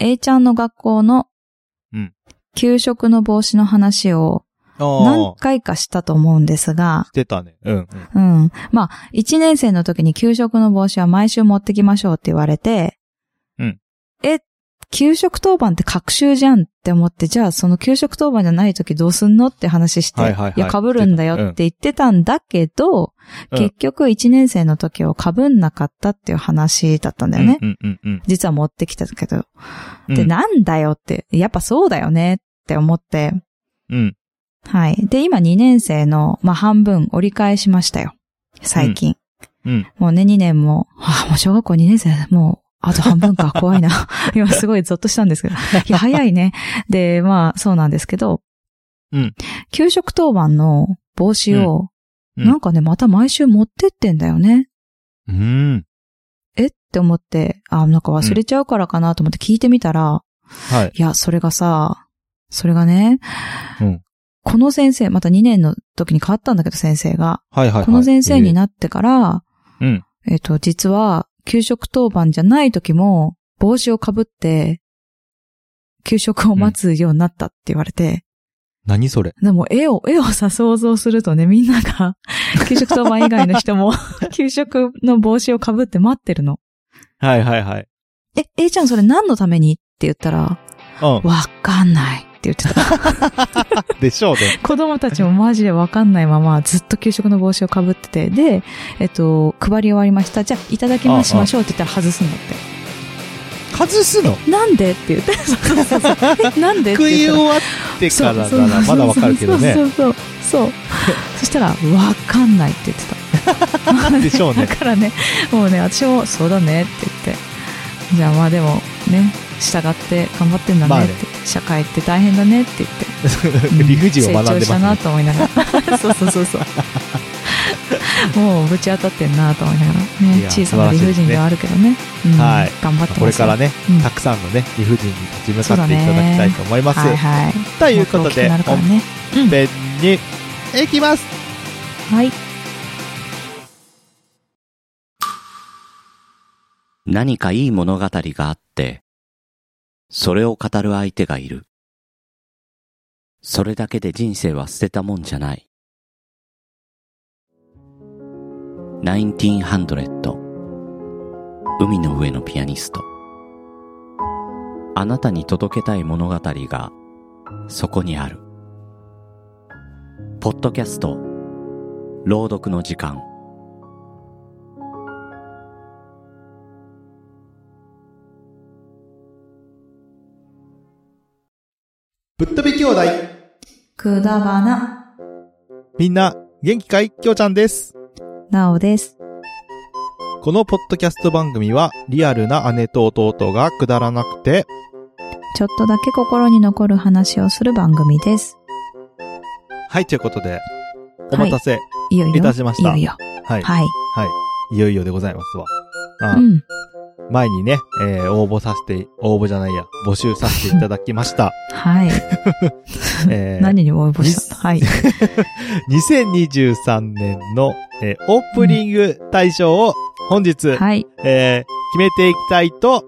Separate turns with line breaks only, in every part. A ちゃんの学校の
うん、
給食の帽子の話を
あ
何
あ。
回かしたと思うんですが、
してたね。うん。うん
うん。まあ、1年生の時に給食の帽子は毎週持ってきましょうって言われて、
うん。
え、給食当番って隔週じゃんって思って、じゃあその給食当番じゃない時どうすんのって話して、
はいはいはい
や、被るんだよって言ってたんだけど、
うん
結局1年生の時を被んなかったっていう話だったんだよね。
うんうんうん
実は持ってきたけど。
うん。
で、なんだよって、やっぱそうだよねって思って、
うん。
はい。で、今2年生の、まあ、半分折り返しましたよ。最近。
うん。
もうね、2年も、ああ、もう小学校2年生、もう、あと半分 か、怖いな。今すごいゾッとしたんですけど。いや、早いね。で、まあ、そうなんですけど、
うん。
給食当番の帽子を、
うんうん
なんかね、また毎週持ってってんだよね。
うん。
えって思って、あ、なんか忘れちゃうからかなと思って聞いてみたら、
はい。
いや、それがさ、それがね、
うん
この先生、また2年の時に変わったんだけど、先生が。
はいはいはい。
この先生になってから、
えーうん。
えっ、と、実は、給食当番じゃない時も、帽子をかぶって、給食を待つようになったって言われて、
何それ
でも絵を、絵をさ、想像するとね、みんなが、給食当番以外の人 も、給食の帽子をかぶって待ってるの。
はいはいはい。
え、A ちゃんそれ何のためにって言ったら、
う
わかんないって言ってた。
ん。でしょうね。
子供たちもマジでわかんないままずっと給食の帽子をかぶってて、で、えっと、配り終わりました。じゃあ、いただきますしましょうって言ったら外すんだっ
外 すの
て。なんでって言って。そうそうそう えなんでって
食い終
言っ
わって
た
か
ら。
らならまだわかるけ
そ
どね。
うそうそうそう。そうそしたら、わかんないって言ってた。
でしょうね
だからね、もうね、私もそうだねって言って。じゃあまあでも、ね、従って頑張ってんだ
まあ
ねっ
ね
て。社会って大変だねって言って。
理不尽を学ん
成長
で
したな
ますね。
と思いなが らそうそうそうそうもうぶち当たってんなと思いながら、
い
ね、
や
小さな理不尽ではあるけどねうん
はい
頑張ってます
これからね
うん、
たくさんのね、理不尽に立ち向かっていただきたいと思います。
はいはい
ということ
もっ大きく
で、
なるから
本
ねうん
編に行きます
はい
何かいい物語があって、それを語る相手がいる。それだけで人生は捨てたもんじゃない。1900海の上のピアニスト。あなたに届けたい物語がそこにある。ポッドキャスト朗読の時間。
ぶっ飛び兄弟
くだばな
みんな、元気かいきょうちゃんです。
なおです
このポッドキャスト番組は、リアルな姉と弟がくだらなくて、
ちょっとだけ心に残る話をする番組です
はい、ということで、お待たせ、
いよいよ
いたしました
いよいよ
はい、
はい、
いよいよでございますわ。あ
うん
前にね、えー応募させて、応募じゃないや、募集させていただきま した。
はい、
えー
何に応募したはい
2023年の、えーオープニング大賞を本日、
はい
えー決めていきたいと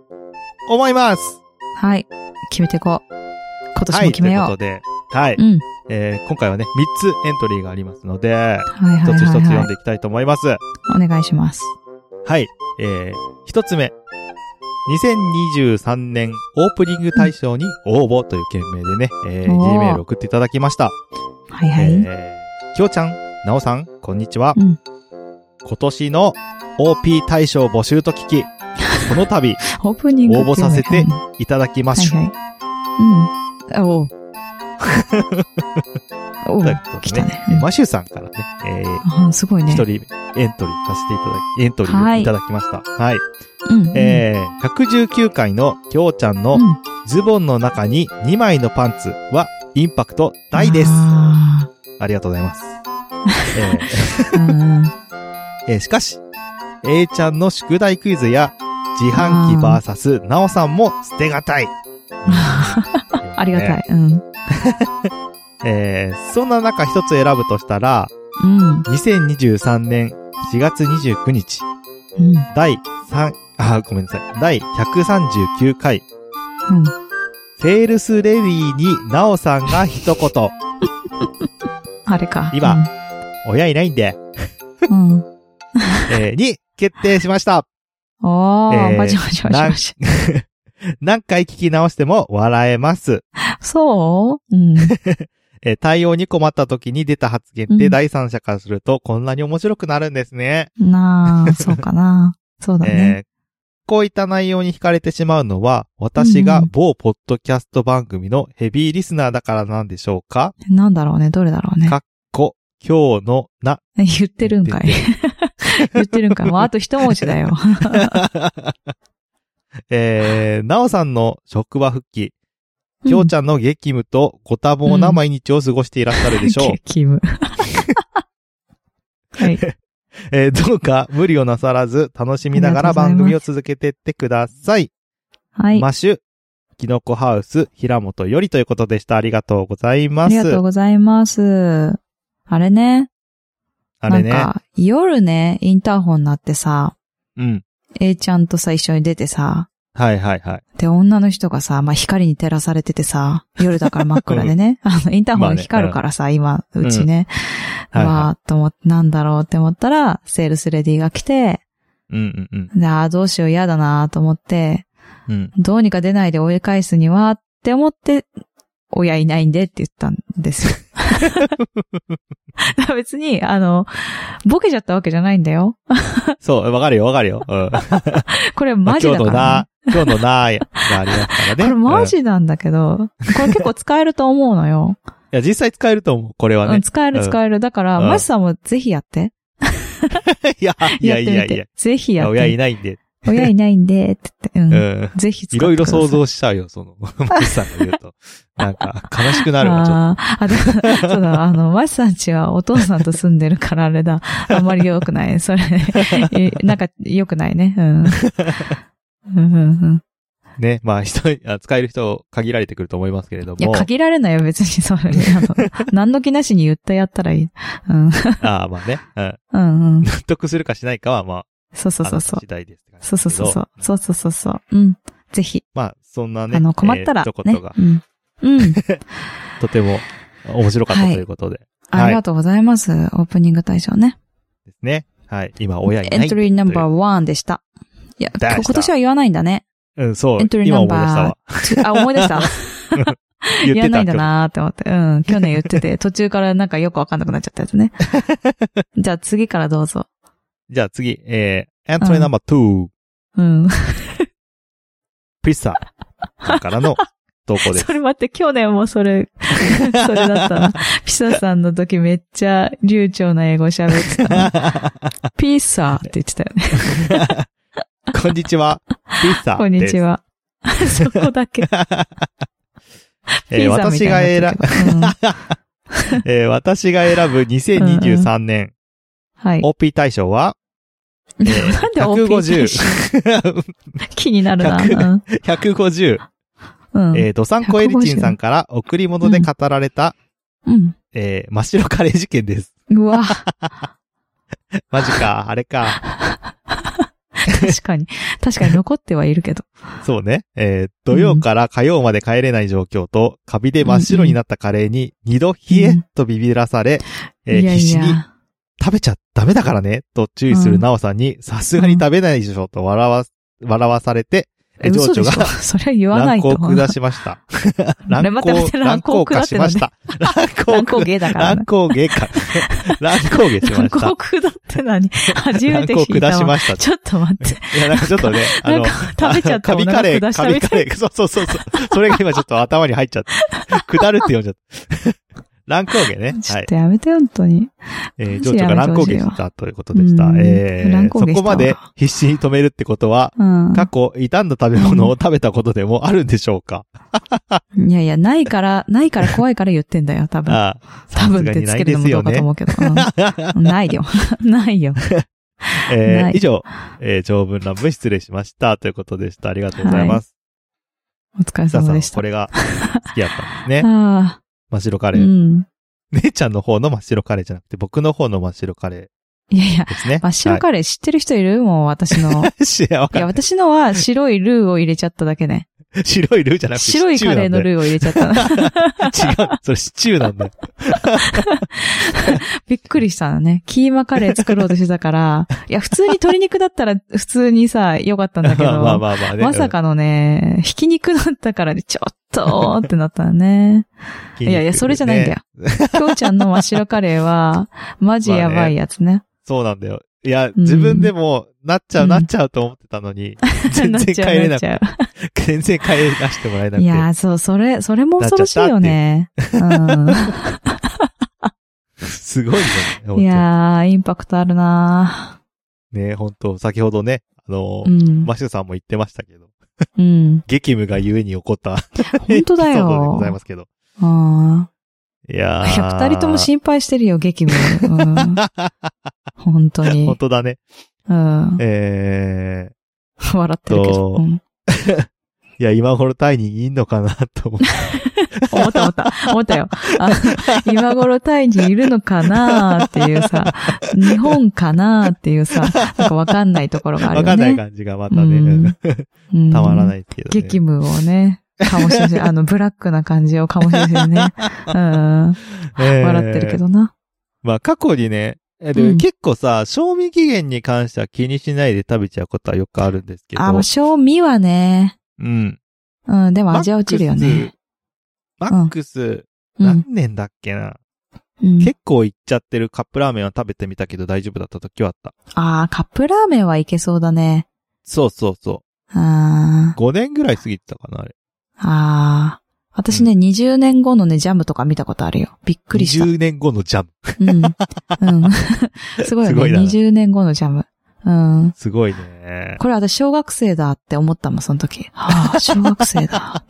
思います。
はい決めていこう今年
は
も
い、
決めよう、
ということで、はい、
うん
えー今回はね、3つエントリーがありますので、
はいはい
一
は
つ一つ
い、
読
は
んでいきたいと思います。はい、
い、お願いします
えー、一つ目。2023年オープニング大賞に応募という件名でね、えー、
おー
Gmail を送っていただきました。
はいはい。
えー、きょうちゃん、なおさん、こんにちは。
うん
今年の OP 大賞募集と聞き、この度
オープニングっていうの
応募させて
うん
いただきま
はい
しゅ。
はい。うん。おう。 おう
ということでね
来たね。
えーマシューさんからね、えー、
あすごいね
一。人エントリーさせていただき、エントリ
は
ー
い
いただきました。はい。
うんうん。
えー、119回のきょうちゃんの
うん
ズボンの中に2枚のパンツはインパクト大です。あ
あ
りがとうございます。えー
ーうん
えーしかし、A ちゃんの宿題クイズや、自販機バーサス、なおさんも捨てがたい。
ありがた
い。
い。うん。
えーそんな中一つ選ぶとしたら、
うん。
2023年4月29日、
うん。
第3、あ、ごめんなさい、第139回、
うん。
セールスレディーになおさんが一言。
あれか。
今親いないんで、
うん。うん。
えーに決定しました。
お
え
ー、
ー
バチバチバチバチ。
何回聞き直しても笑えます。
そううん。
えー対応に困った時に出た発言っ
う
て
ん
第三者からするとこんなに面白くなるんですね。
なあ、そうかな。そうだね。
えーこういった内容に惹かれてしまうのは、私が
うん
某ポッドキャスト番組のヘビーリスナーだからなんでしょうか
なんだろうね、どれだろうね
か。こ、今日のな。
言ってるんかい。 言ってるんかい。もうあと一文字だ よ。
えー、なおさんの職場復帰、きょうちゃんの激務とご多忙な毎日を過ごしていらっしゃるでしょう。
キ ム。はい。
えーどうか無理をなさらず楽しみながら番組を続けてってください。
はい。
マシュ、キノコハウス、平本よりということでした。ありがとうござい
あ
ま
り
す。
がとうございます。あれね。
あれ
なん
ね。
か、夜ね、インターホンになってさ、
うん。
A ちゃんとさ、一緒に出てさ、
はいはいはい。
で、女の人がさ、まあ、光に照らされててさ、夜だから真っ暗で ね、あの、インターホ
まあ
ン
ね
光るからさ、今、うちね、う
うんはいはい
わーっと思って、なんだろうって思ったら、セールスレディが来て、
うんうんうん。
で、あーどうしよう嫌だなーと思って、
うん。
どうにか出ないで追い返すには、って思って、親いないんでって言ったんです よ。だから別に、あの、ボケちゃったわけじゃないんだよ。
そう、わかるよわかるよ。うん。
これ
ま あ
マジだ
今
か
日の
ら、ね
な。、今日のな、がありますからね。
これマ
うんい
ジなんだけど、これ結構使えると思うのよ。
や、実際使えると思う、これは
う
ね
ん。使える
うん
使える。だから、
うん
マシさんもぜひやって。
いや、いやい
って
や
み
いや
て。。ぜひやって。
親いないんで。
親いないんで、って言って。
う
うん。
ん。
ぜひ使
い
って
ろい
くだ
ろ
さい。
想像しちゃうよ、その、マジさんが言うと。なんか、悲しくなるわ、ちょっ
あーあ、でも、そうだ、あの、マシさんちはお父さんと住んでるからあれだ。あんまり良くない。それ、えなんか良くないね。うん。うんうんうん、
と。ね。まあ、 人、あ使える人限られてくると思いますけれど
いや、
も。
限られないよ、別に、それ。あの、何の気なしに言ってやったらいい。うん。
ああ、まあね。うん。
うんうん。
納得するかしないかは、まあ、
そうそうそう
あな
そ
た
う
次。第ですって感じ
そう
です
そうそ
けど
うそう。そうそうそうそう。うん。ぜひ、
まあ、そんなね。
あの、困ったら
えー一、言
ね
が。
うん。 うん。
とても面白かったと
はい
いうことで。
ありがとうございます。オープニング大賞ね。
ですね。はい。今、親いない。
エントリーナンバ
ー。
ーワンでした。いや、
出した
今年は言わないんだね。
うん、そう。
エントリーナン
今思い出した
バ
わ。
ー。あ、思い出した。
言って
言
た
わないんだなーって思って。うん。去年言って て、途中からなんかよくわかんなくなっちゃったやつね。じゃあ次からどうぞ。
じゃあ次、えー、エントリーナンバー2、
うん。
ピッサさんか らの投稿です
そ。れ待って、去年もそれ、 それだったな。ピサさんの時めっちゃ流暢な英語喋って たな。ピーサーって言ってたよね。
こんに ちは。ピッサ
こんにち
は。
は。そこだけ。
えー
ピザみ
私
た
が
いになっ
選
てたけどうん
ぶ、えー私が選ぶ2023年
はい。
OP 大賞は、
なんで OP
150、
気になるな。
100150、
うん。うん
えー、ドサンコエリチンさんから贈り物で語られた、
うん。
えー、真っ白カレー事件です。
うわ、
マジか、あれか。
確かに。確かに残ってはいるけど。
そうね。えー土曜から火曜まで帰れない状況と、カビで真っ白になったカレーに二度冷えとビビらされ、えー
いや
必
い
死
や
に。食べちゃダメだからね、と注意するなおさんに、さすがに食べないでしょ、と笑わ、笑わされて、え
え
情
嘘
緒
でしょ
が
それは言わな
乱
いと
行を
思う。
下しました。
あれ
乱
待って待って
行、
乱
乱
行
行
を下
化
っ
して
な
ま
ん
し
で
た。
乱
乱
高
行、
芸だから
乱
な。
行 下か。乱行下しま
乱
した
高。下って何初め
乱
て
行
聞い
下
た
し
わ。
ました。
ちょっと待って。
いや、なんかちょっと ね、 あ
なん
の
か、食べちゃった
カ
お
ビカレ
腹下
ー、
し
カ
た
ビ
み
カ
た
レ
い。
ー、そうそうそうそう。それが今ちょっと頭に入っちゃって。下るって読んじゃった。 乱高下ね。
ち
は
ょっ
い。
とやめて、本当に。
えー、情緒が乱高下したということでした
う。ん
え
乱
ー、
高
そ
下したわ
こまで必死に止めるってことは、
うん。
過去、傷んだ食べ物を食べたことでもあるんでしょうか
いやいや、ないから、ないから怖いから言ってんだよ、多分。
ああ、
多
さ
分
す
っ
が
て
にな
つけ
い
る
で
の
す
もど
よ
うかと
ね
思。うけど。うんないよ。ないよ。
え
な
ー
い
以上、えー、長文乱文失礼しました。ということでした。ありがとうございます。
お疲れ
さ
様
さん
でし、た
こ。れが好きやったんですね。
あ
真っ白カ
あ、う
レー。
ん。
姉ちゃんの方の真っ白カレーじゃなくて、僕の方の真っ白カレー。
いやいや、
ですね。
真っ白カレー知ってる人いるもう私の。
レー。知らんわ
い
かん
や、
ない
私のは白いルーを入れちゃっただけね。
白いルーじゃなくてシチュー
白いカレーの
ー。
ルーを入れちゃったな。
違う。それシチューなんだよ。
びっくりしたのね。キーマカレー作ろうとしてた から、いや、普通に鶏肉だったら普通にさ、良かったんだけど、
まあまあまあね。
まさかのね、ひき肉だったからね、ちょっとってなったの ね。
う
い
ん。筋肉
やいや、それじゃないんだよ
ね。
きょうちゃんの真っ白カレーは、マジやばいやつね。
そうなんだよ。いや、自分でも、なっちゃ
う
う、
ん
なっちゃうと思ってたのに、全
なっ
然
ちゃ
帰
う
れ
なっ
なく
ちゃう
て、全然帰らせてもらえなく
い
て。
やー、そう、それ、それも恐ろしいよね。う
すごいね。本
ん。
当
いやー、インパクトあるな
ね、本当先ほどね、あの
ーう、ん
マ。シュさんも言ってましたけど、
うん。
激務がゆえに起こった、
本当だ
エピソードでご
よ
ざい。ますけど。
うん。
いや
いや、
ー。
二人とも心配してるよ、激務。うん、 本当
本
に。
当だね。
うん。
え
笑ってるけど。
と
うん
ー、いや、今頃タイにいんのかなと思って。
思った思った。思ったよ。あ今頃タイにいるのかなーっていうさ、日本かなーっていうさ、なんかわかんないところが ある
わ
よね。
かんない感じがまた
う
ね
ん、うん
たまらないですけどね。
激務をね、醸し出して、あの、ブラックな感じを醸し出してね。うん。
えー
笑ってるけ。どな。
まあ、過去にね、えでも
うん
結構さ、賞味期限に関しては気にしないで食べちゃうことはよくあるんですけど。
あ、まあ、賞味はね。
うん。
うん、でも味は落ちるよね。
マックス。マックス、
う
何
ん。
年だっけな。
うん
結構いっちゃってるカップラーメンは食べてみたけど大丈夫だった時はあった。
ああ、カップラーメンはいけそうだね。
そうそうそ
あ
う。5年ぐらい過ぎてたかな、あれ。
あ。ああ。私ね、20年後のね、ジャムとか見たことあるよ。びっくりした。
10年後のジャム。
うん。 うん。すごい
すご
よ
い
ね。
な
20年後のジャム。うん。
すごいね。
これ私小学生だって思ったもん、その時。はあ、小学 生だ。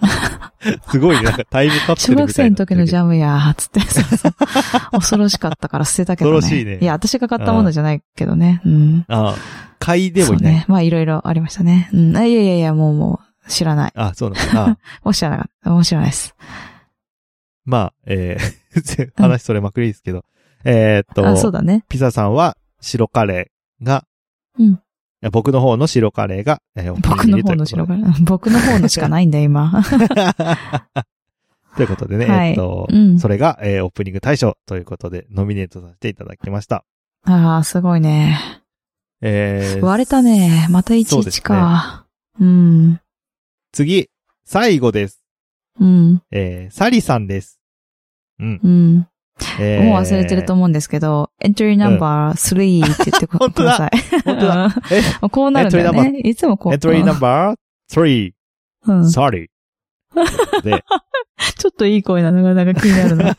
すごいね。 なんかタイムカプセ
小
ル
学
みた
生
いに
の
なって
時の
るけど
ジャムやー、つって。そうそう恐ろしかったから捨てたけどね。
恐ろしいね
いや、私が買ったものじゃないけどね。うん。
ああ買いでもい
そう
ない。
ね。まあ、いろいろありましたね。うん。あいやいやいや、もうもう、知らない。
あ、そうなんだ。あ
もう知らなかった。もう知らないです。
まあ、えー、話それまくりですけど。えーっと、
あ、そうだね。
ピザさんは白カレーが、
うん
いや僕の方の白カレーが、えーお気
僕
に入
の
りとい
方の
うことで
白から。僕の方のしかないんだよ、今。
ということでね、
はい
えっと、
うん
それが、えーオープニング大賞ということで、ノミネートさせていただきました。
ああ、すごいね。
えー
割れたね。また
そうで
11
すね
か。うん。
次、最後です。
うん。
えーサリさんです。うん。
うん。
えー
もう忘れてると思うんですけど、エントリーナンバー3って言ってく
本当
く
だ
ださい。
本当だ。え
もう こうなるんだよ
エントリーナン
ね。いつもこう。
エントリーナンバー
うんち
3、
ょ
サリ。で、
っといい声なのがなんか気になる な。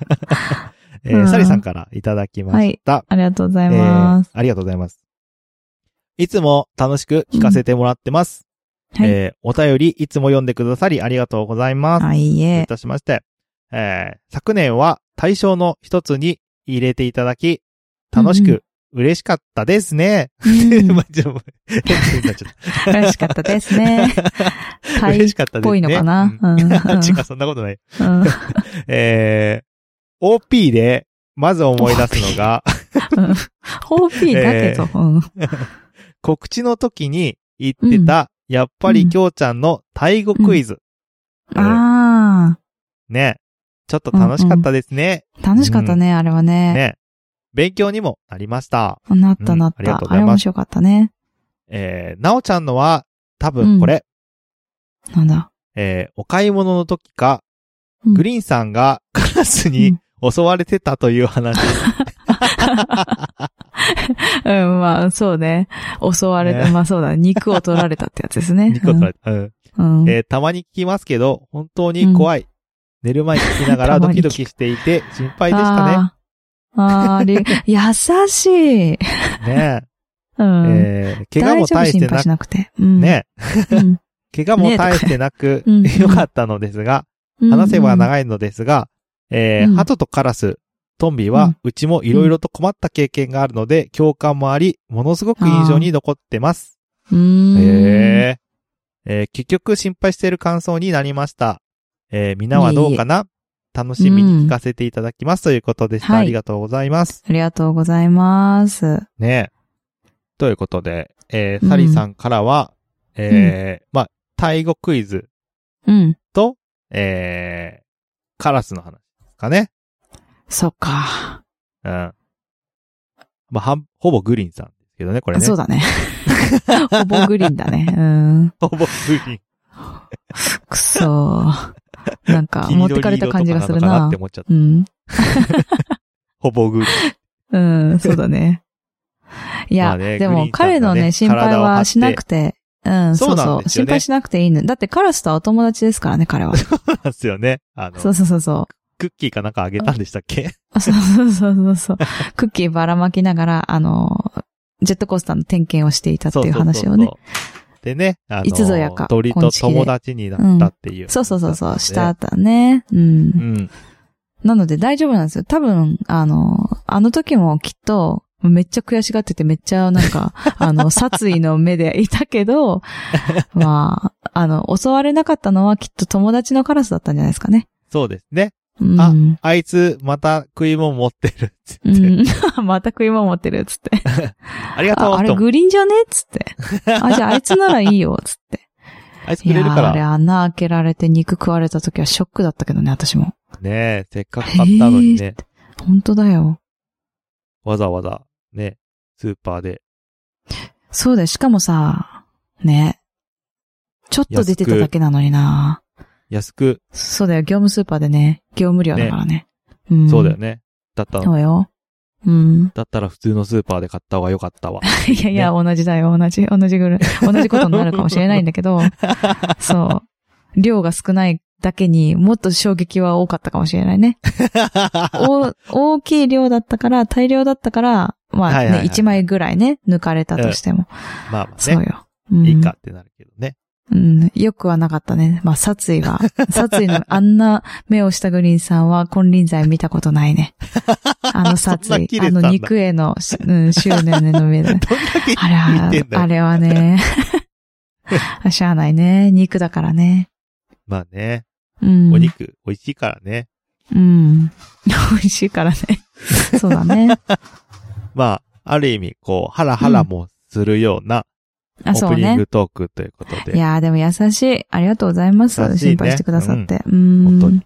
えー
うん
サリさんからいただきました。
ありがとうござ
え
い
ー
ます。
ありがとうございます。いつも楽しく聞かせてもらってます。
うんはい
えーお便りいつも読んでくださりありがとうございます。
あ、いい
とい
え。
たしまして、えー昨年は対象の一つに入れていただき、楽し
うん
く嬉しかったですね。
うん
まあちょっと変な人になっちゃっ
嬉しかったですね。
た
タイ
嬉
っ
しかったですね。
ぽいのかな。
うん
うん。うん
違う、そんなことない。
うん
えー、OP で、まず思い出すのが、
OP だけど。うん
告知の時に言ってた、やっぱりきょうちゃんのタイ語クイズ。えー
あ
ね。ちょっと楽しかったですね。
あ、楽しかったね、あれはね。
ね。勉強にもなりました。
なったなっ
うんあり
た
がとう。ご
あ
ざい
れ
ます
面白かったね。
えー、なおちゃんのは、多分これ、
なんだ。
えーお買い物の時
う
か、
ん
グリーンさんがカラスに襲われてたという話。
うん、まあ、そうね。襲われた、
ね
まあそうだ、肉を取られたってやつです ね。
ニコ取られたうん
うんうん
えーたまに聞きますけど、本当に怖い。寝る前に聞きながら
た
ド
まに
キ
聞く
ドキしていて心配でしたね。
あーあー、 り優しい。
ね
うん。
えー怪我も
大
大
丈夫心
して
配
な
し
く、
なくて。うん。
ね
うん
怪我も大してなく、
ねえとか
よかったのですが、
うん
話せば長いのですが、えー
うん
鳩とカラス、トンビ
う
は
ん、
うちもいろいろと困った経験があるので、共感もあり、ものすごく印象に残ってます。
うん。え。
へええー結局心配している感想になりました。えーみんなはどうかな楽しみに聞かせていただきますということでした。
はい
ありがとうございます。
ありがとうございます。
ねえということで、えー
うん
サリーさんからは、えーまあ、タイ語クイズ
うん。
と、えー、カラスの話ですかね。
そっか。
うん。まあ、はん、ほぼグリーンさんですけどね、これね。
そうだね。ほぼグリーンだね。うん。
ほぼグリーン。
くそー。なんか、
黄
持っ
緑
てかれた
色とか
感じがする
なのか
な
って。思っちゃった。
うん。
ほぼグリーン。
うん、そうだね。い
ま
や、
あ
で
ねグリーンさんが
も
ね
彼のね、心配
体を張っ
は
て
しなくて、うん、
そ
そうう
なん
そ
で
う。
す
心
よね
配しなくていいの。だってカラスとはお友達ですからね、彼は。
そうなんですよね。あの、
そうそうそうそう。
クッキーかなんかあげたんでしたっけ
あそうそうそうそうそう。クッキーばらまきながら、あの、ジェットコースターの点検をしていたっていう話をね。。
そうそうそうそうでね、あの、
いつぞやか
鳥と
今時で
友達になったっていう、
そうそうそうそう、した
ね。
だね。うん
う。ん。
なので大丈夫なんですよ。多分、あの、あの時もきっと、めっちゃ悔しがってて、めっちゃなん か、あの、殺意の目でいたけど、まあ、あの、襲われなかったのはきっと友達のカラスだったんじゃないですかね。
そうですね。
うん。
ああいつ、また食い物持ってるっ つって。
うん。また食い物持ってる、つって。
ありがとう
ああれ
と思っ
グリーンじゃねつって。あ、じゃああいつならいいよ、つって。
てあいつく
い
れ
や
る
ー
か
あれ
ら。
穴開けられて肉食われた時はショックだったけどね、私も。
ねえ、せっかく買ったのに
へ
ね
ー、本当だよ。
わざわざ、ね、スーパーで。
そうだよ。しかもさ、ね。ちょっと出てただけなのにな。
安く、
そうだよ。業務スーパーでね。業務量だからね。うん、
そうだよね。だった
そ
の。
うよ。うん。
だったら普通のスーパーで買った方が良かったわ。
いやいや、同じだよ。同じ、同じぐらい、同じことになるかもしれないんだけ ど、そう。量が少ないだけにもっと衝撃は多かったかもしれない ね。お大きい量だったから、大量だったから、まあね、
はいはいはい
1枚ぐらいね、抜かれたとしても。
まあまあ
そう
ね。
よ。うん
いいかってなるけどね。
うん、よくはなかったね。まあ、殺意 は。殺意の、あんな目をしたグリーンさんは、金輪際見たことないね。あの殺
そんな
意
切。れ
あ
てたん
の
だ
肉への、うん、執念の目だね。
どんだけ
あれは
見てん、だよ
あれは ね。しゃあないね。肉だからね。
まあね。
うん。
お肉、美味しいからね。
うん。 美味しいからね。そうだね。
まあ、ある意味、こう、ハラハラもするような、オ
あ、
ー
そう
プニン
ね
グ。トークということで。
いやーでも優しい。ありがとうございます。
優しいね
心配してくださって。う
本
ん。
当に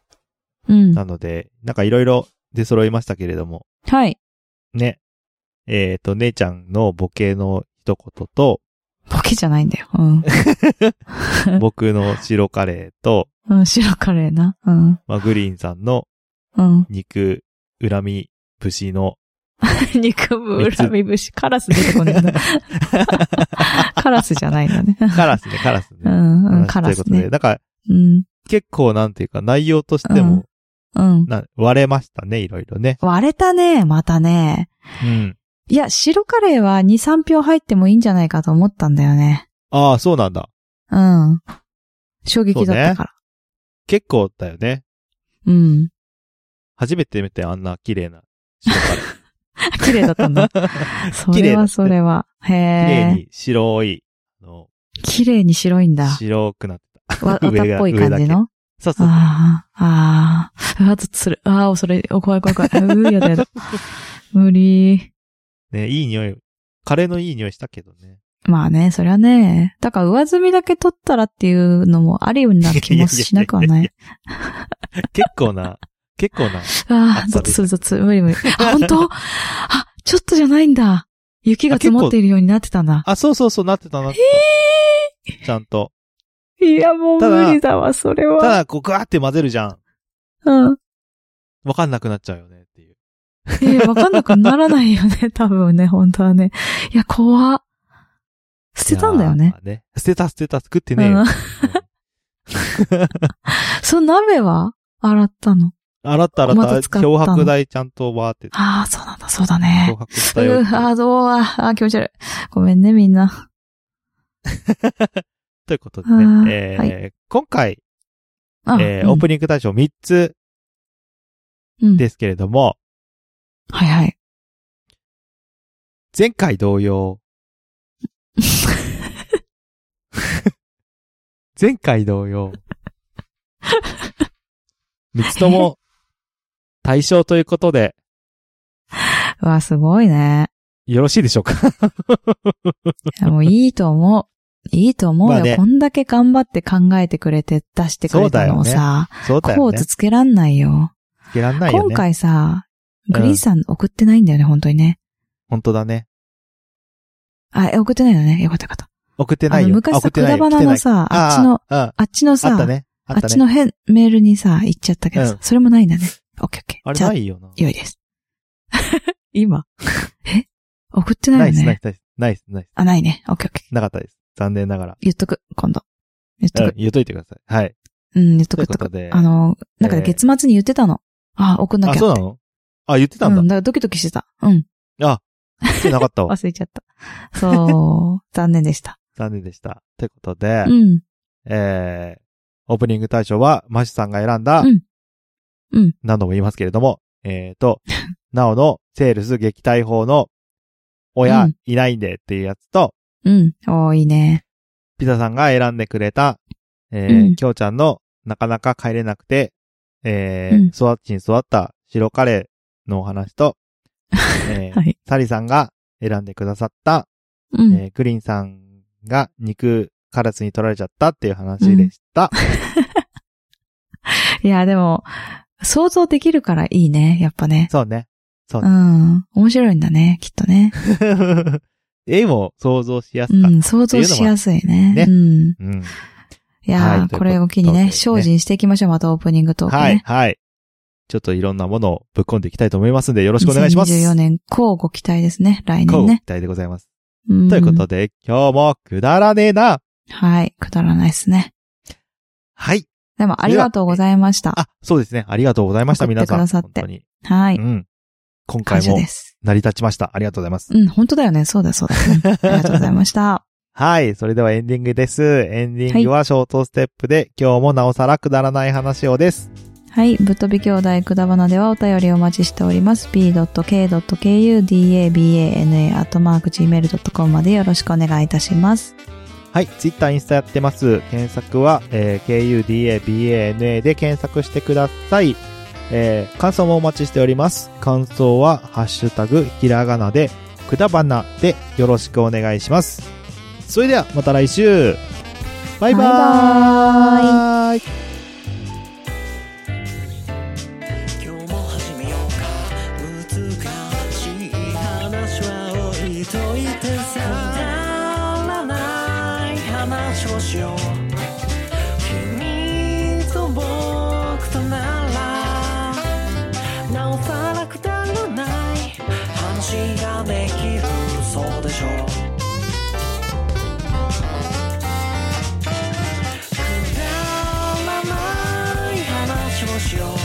うん。
なので、なんかいろいろ出揃いましたけれども、
はい。
ね。えっ、と、姉ちゃんのボケの一言 と、
ボケじゃないんだよ。 うん。
僕の白カレーと、
うん、白カレーな。うん。
まあ、グリーンさんの
うん。
肉、恨み、節の、
肉ぶ、
三つ
恨み節。カラス出てこね えんだ。カラスじゃないんだね。
カラス ね、カラスね。
うん、うん、
話
カ
とい
ラ
う
ス
ことで、
ね。
なんか、
うん。
結構なんていうか、内容としても、
うん。
な割れましたね、いろいろね。
割れたね、またね。
うん。
いや、白カレーは2、3票入ってもいいんじゃないかと思ったんだよね。
ああ、そうなんだ。
うん。衝撃だったから。
結構だよね。
うん。
初めて見てあんな綺麗な白カレー。
綺麗だったんだ。 そ
綺麗
れ
だっ
は
た
それは。へ
綺麗
え。
に白い、あの、
綺麗に白いんだ。
白くなって
わ、
上が
綿っぽい感
上
じ
だ
の
た。そうそうそう。
ああ、ああ。うわ、ちょっとする。ああ、それ、お、怖い怖い怖い。うー、やだやだ。無理。
ね、いい匂い。カレーのいい匂いしたけどね。
まあね、そりゃね。だから上積みだけ取ったらっていうのもありような気もしなくはない。
結構な、 結構な。
ああ、ゾッとするゾッとする。無理無理。 あ、本当あ、ちょっとじゃないんだ。雪が積もっているようになってたんだ。
あ、そうそうそう、なってたなってた。ちゃんと。
えーいや、もう
ただ
無理だわ、それ
た
は。
だ、こう、ぐわーって混ぜるじゃん。
うん。
わかんなくなっちゃうよねっていう。
えーわかんなくならないよね、 多分ね、本当はね。いや、怖っ捨てたんだよ
いや
ね
ー。ま。あね。捨てた、捨てた、作ってねえよ
うん。その鍋は洗ったの
洗った洗
また
っ
使
た。
ったの
漂白剤ちゃんとわーって。
ああ、そうなんだ、そうだ
漂
ね。
白し
う
たよっていう。
ーあーどうあー気持ち悪い。ごめんね、みんな。
ということで
あー
ね。えー
は
今回、
あ
えーオープ
ニ
ニング大賞3つ
ン
ですけれども、
はいはい。
前回 同様。前回同様。三つとも対象ということで、
うわ、すごいね。
よろしいでしょうか
いやもういいと思いいと思うよ、
まあね
こんだけ頑張って考えてくれて、出してくれたのを
そうだ
さ、
そうだ
コ
よ
ー
ね
ツ。つけらんないよ。
つけらんないよね。
今回さ、グリーンさん送ってないんだよね、本当にね。
本当だね。
あ、え送ってないのね。よかったよかった。
送ってない
あ
よ。
の、昔
あ送
さ、
って
く
ない
だばなのさ、あっちの、、
来てないあ
あっちの
ーうん。あった
さ、
ね。
あ
あった
っ
ね。
ちの変、メールにさ、行っちゃったけど
う
さ
ん、
それもないんだね。オッケーオッケ
あ
ー。
れ
じゃあ
な、いよな。
良いです。 今。え送ってな
ないいっ
よ
す、ないっ
ね。
す、ないっす、ないっす。
あ、ないね。オッケーオッケー。
なかったです。残念ながら。
言っとく、今度。言っと
うん
く。
言っといてください。はい。
うん、言っとく、
と
言
い
っ
うことと
く。
で
あの、なんかね
えー
月末に言ってたの。あ、送んなきゃって。
あ、そうなのあ、言ってたんだ
うん、。だからドキドキしてた。うん。
来てなかっ たわ。
忘れちゃった。そう、 残念でした。
残念でした。ということで
う、ん。
えー、オープニング大賞は、マシュさんが選んだ
うん、うん。
何度も言いますけれども、えー と、なおの、セールス撃退法の、親
うん
いないんでっていうやつと、
うん。おー、いいね。
ピザさんが選んでくれた、え
う
ー、
ん
きょうちゃんの、なかなか帰れなくて、えー、
うん
育ちに育った白カレーのお 話と、えー
はい。
サリさんが選んでくださった、
うん。
えーグリーンさんが肉カラスに取られちゃったっていう話でした。
いや、でも、想像できるからいいね。やっぱね。
そうね。そう
う
ね。
ん。面白いんだね。きっと ね。
絵も想像しやす
う
かった。
ん。想像しやすい
ってい
ね。う
う
ん。
うん。
いやー
はいということで
これを機に
ね
ね、精進していきましょう。またオープニングトークね。
はい、はい。ちょっといろんなものをぶっ込んでいきたいと思いますんで、よろしくお願いします。
2024年、こうご期待ですね。来
こ
年
う、期
ね。
待でございます。
と
ということで、今日もくだらねえな。
はい。くだらないですね。
はい。
でも、ありがとうございました。
あ、そうですね。ありがとうございました、
送って
皆さん。
くださって
本当に。。
はいう
ん。
感
今回
謝
も
です。
成り立ちました。ありがとうございます。
うん、本当だよね。そうだ、そうだ。 うんありがとうございました。
はい。それではエンディングです。エンディングはショートステップで、今日もなおさらくだらない話をです。
はい。ぶっ飛び兄弟くだばなではお便りお待ちしております。p.k.kudabana.gmail.com までよろしくお願いいたします。
はい。ツイッター、インスタやってます。検索は、えー KUDABANA で検索してください。えー感想もお待ちしております。感想は、ハッシュタグ、ひらがなで、くだばなでよろしくお願いします。それでは、また来週バイバ
バイ
ーイ
今日も始めようか難しい話は置いといてさくだらない話をしよう君と僕とならなおさらくだらない話ができるそうでしょうくだらない話をしよう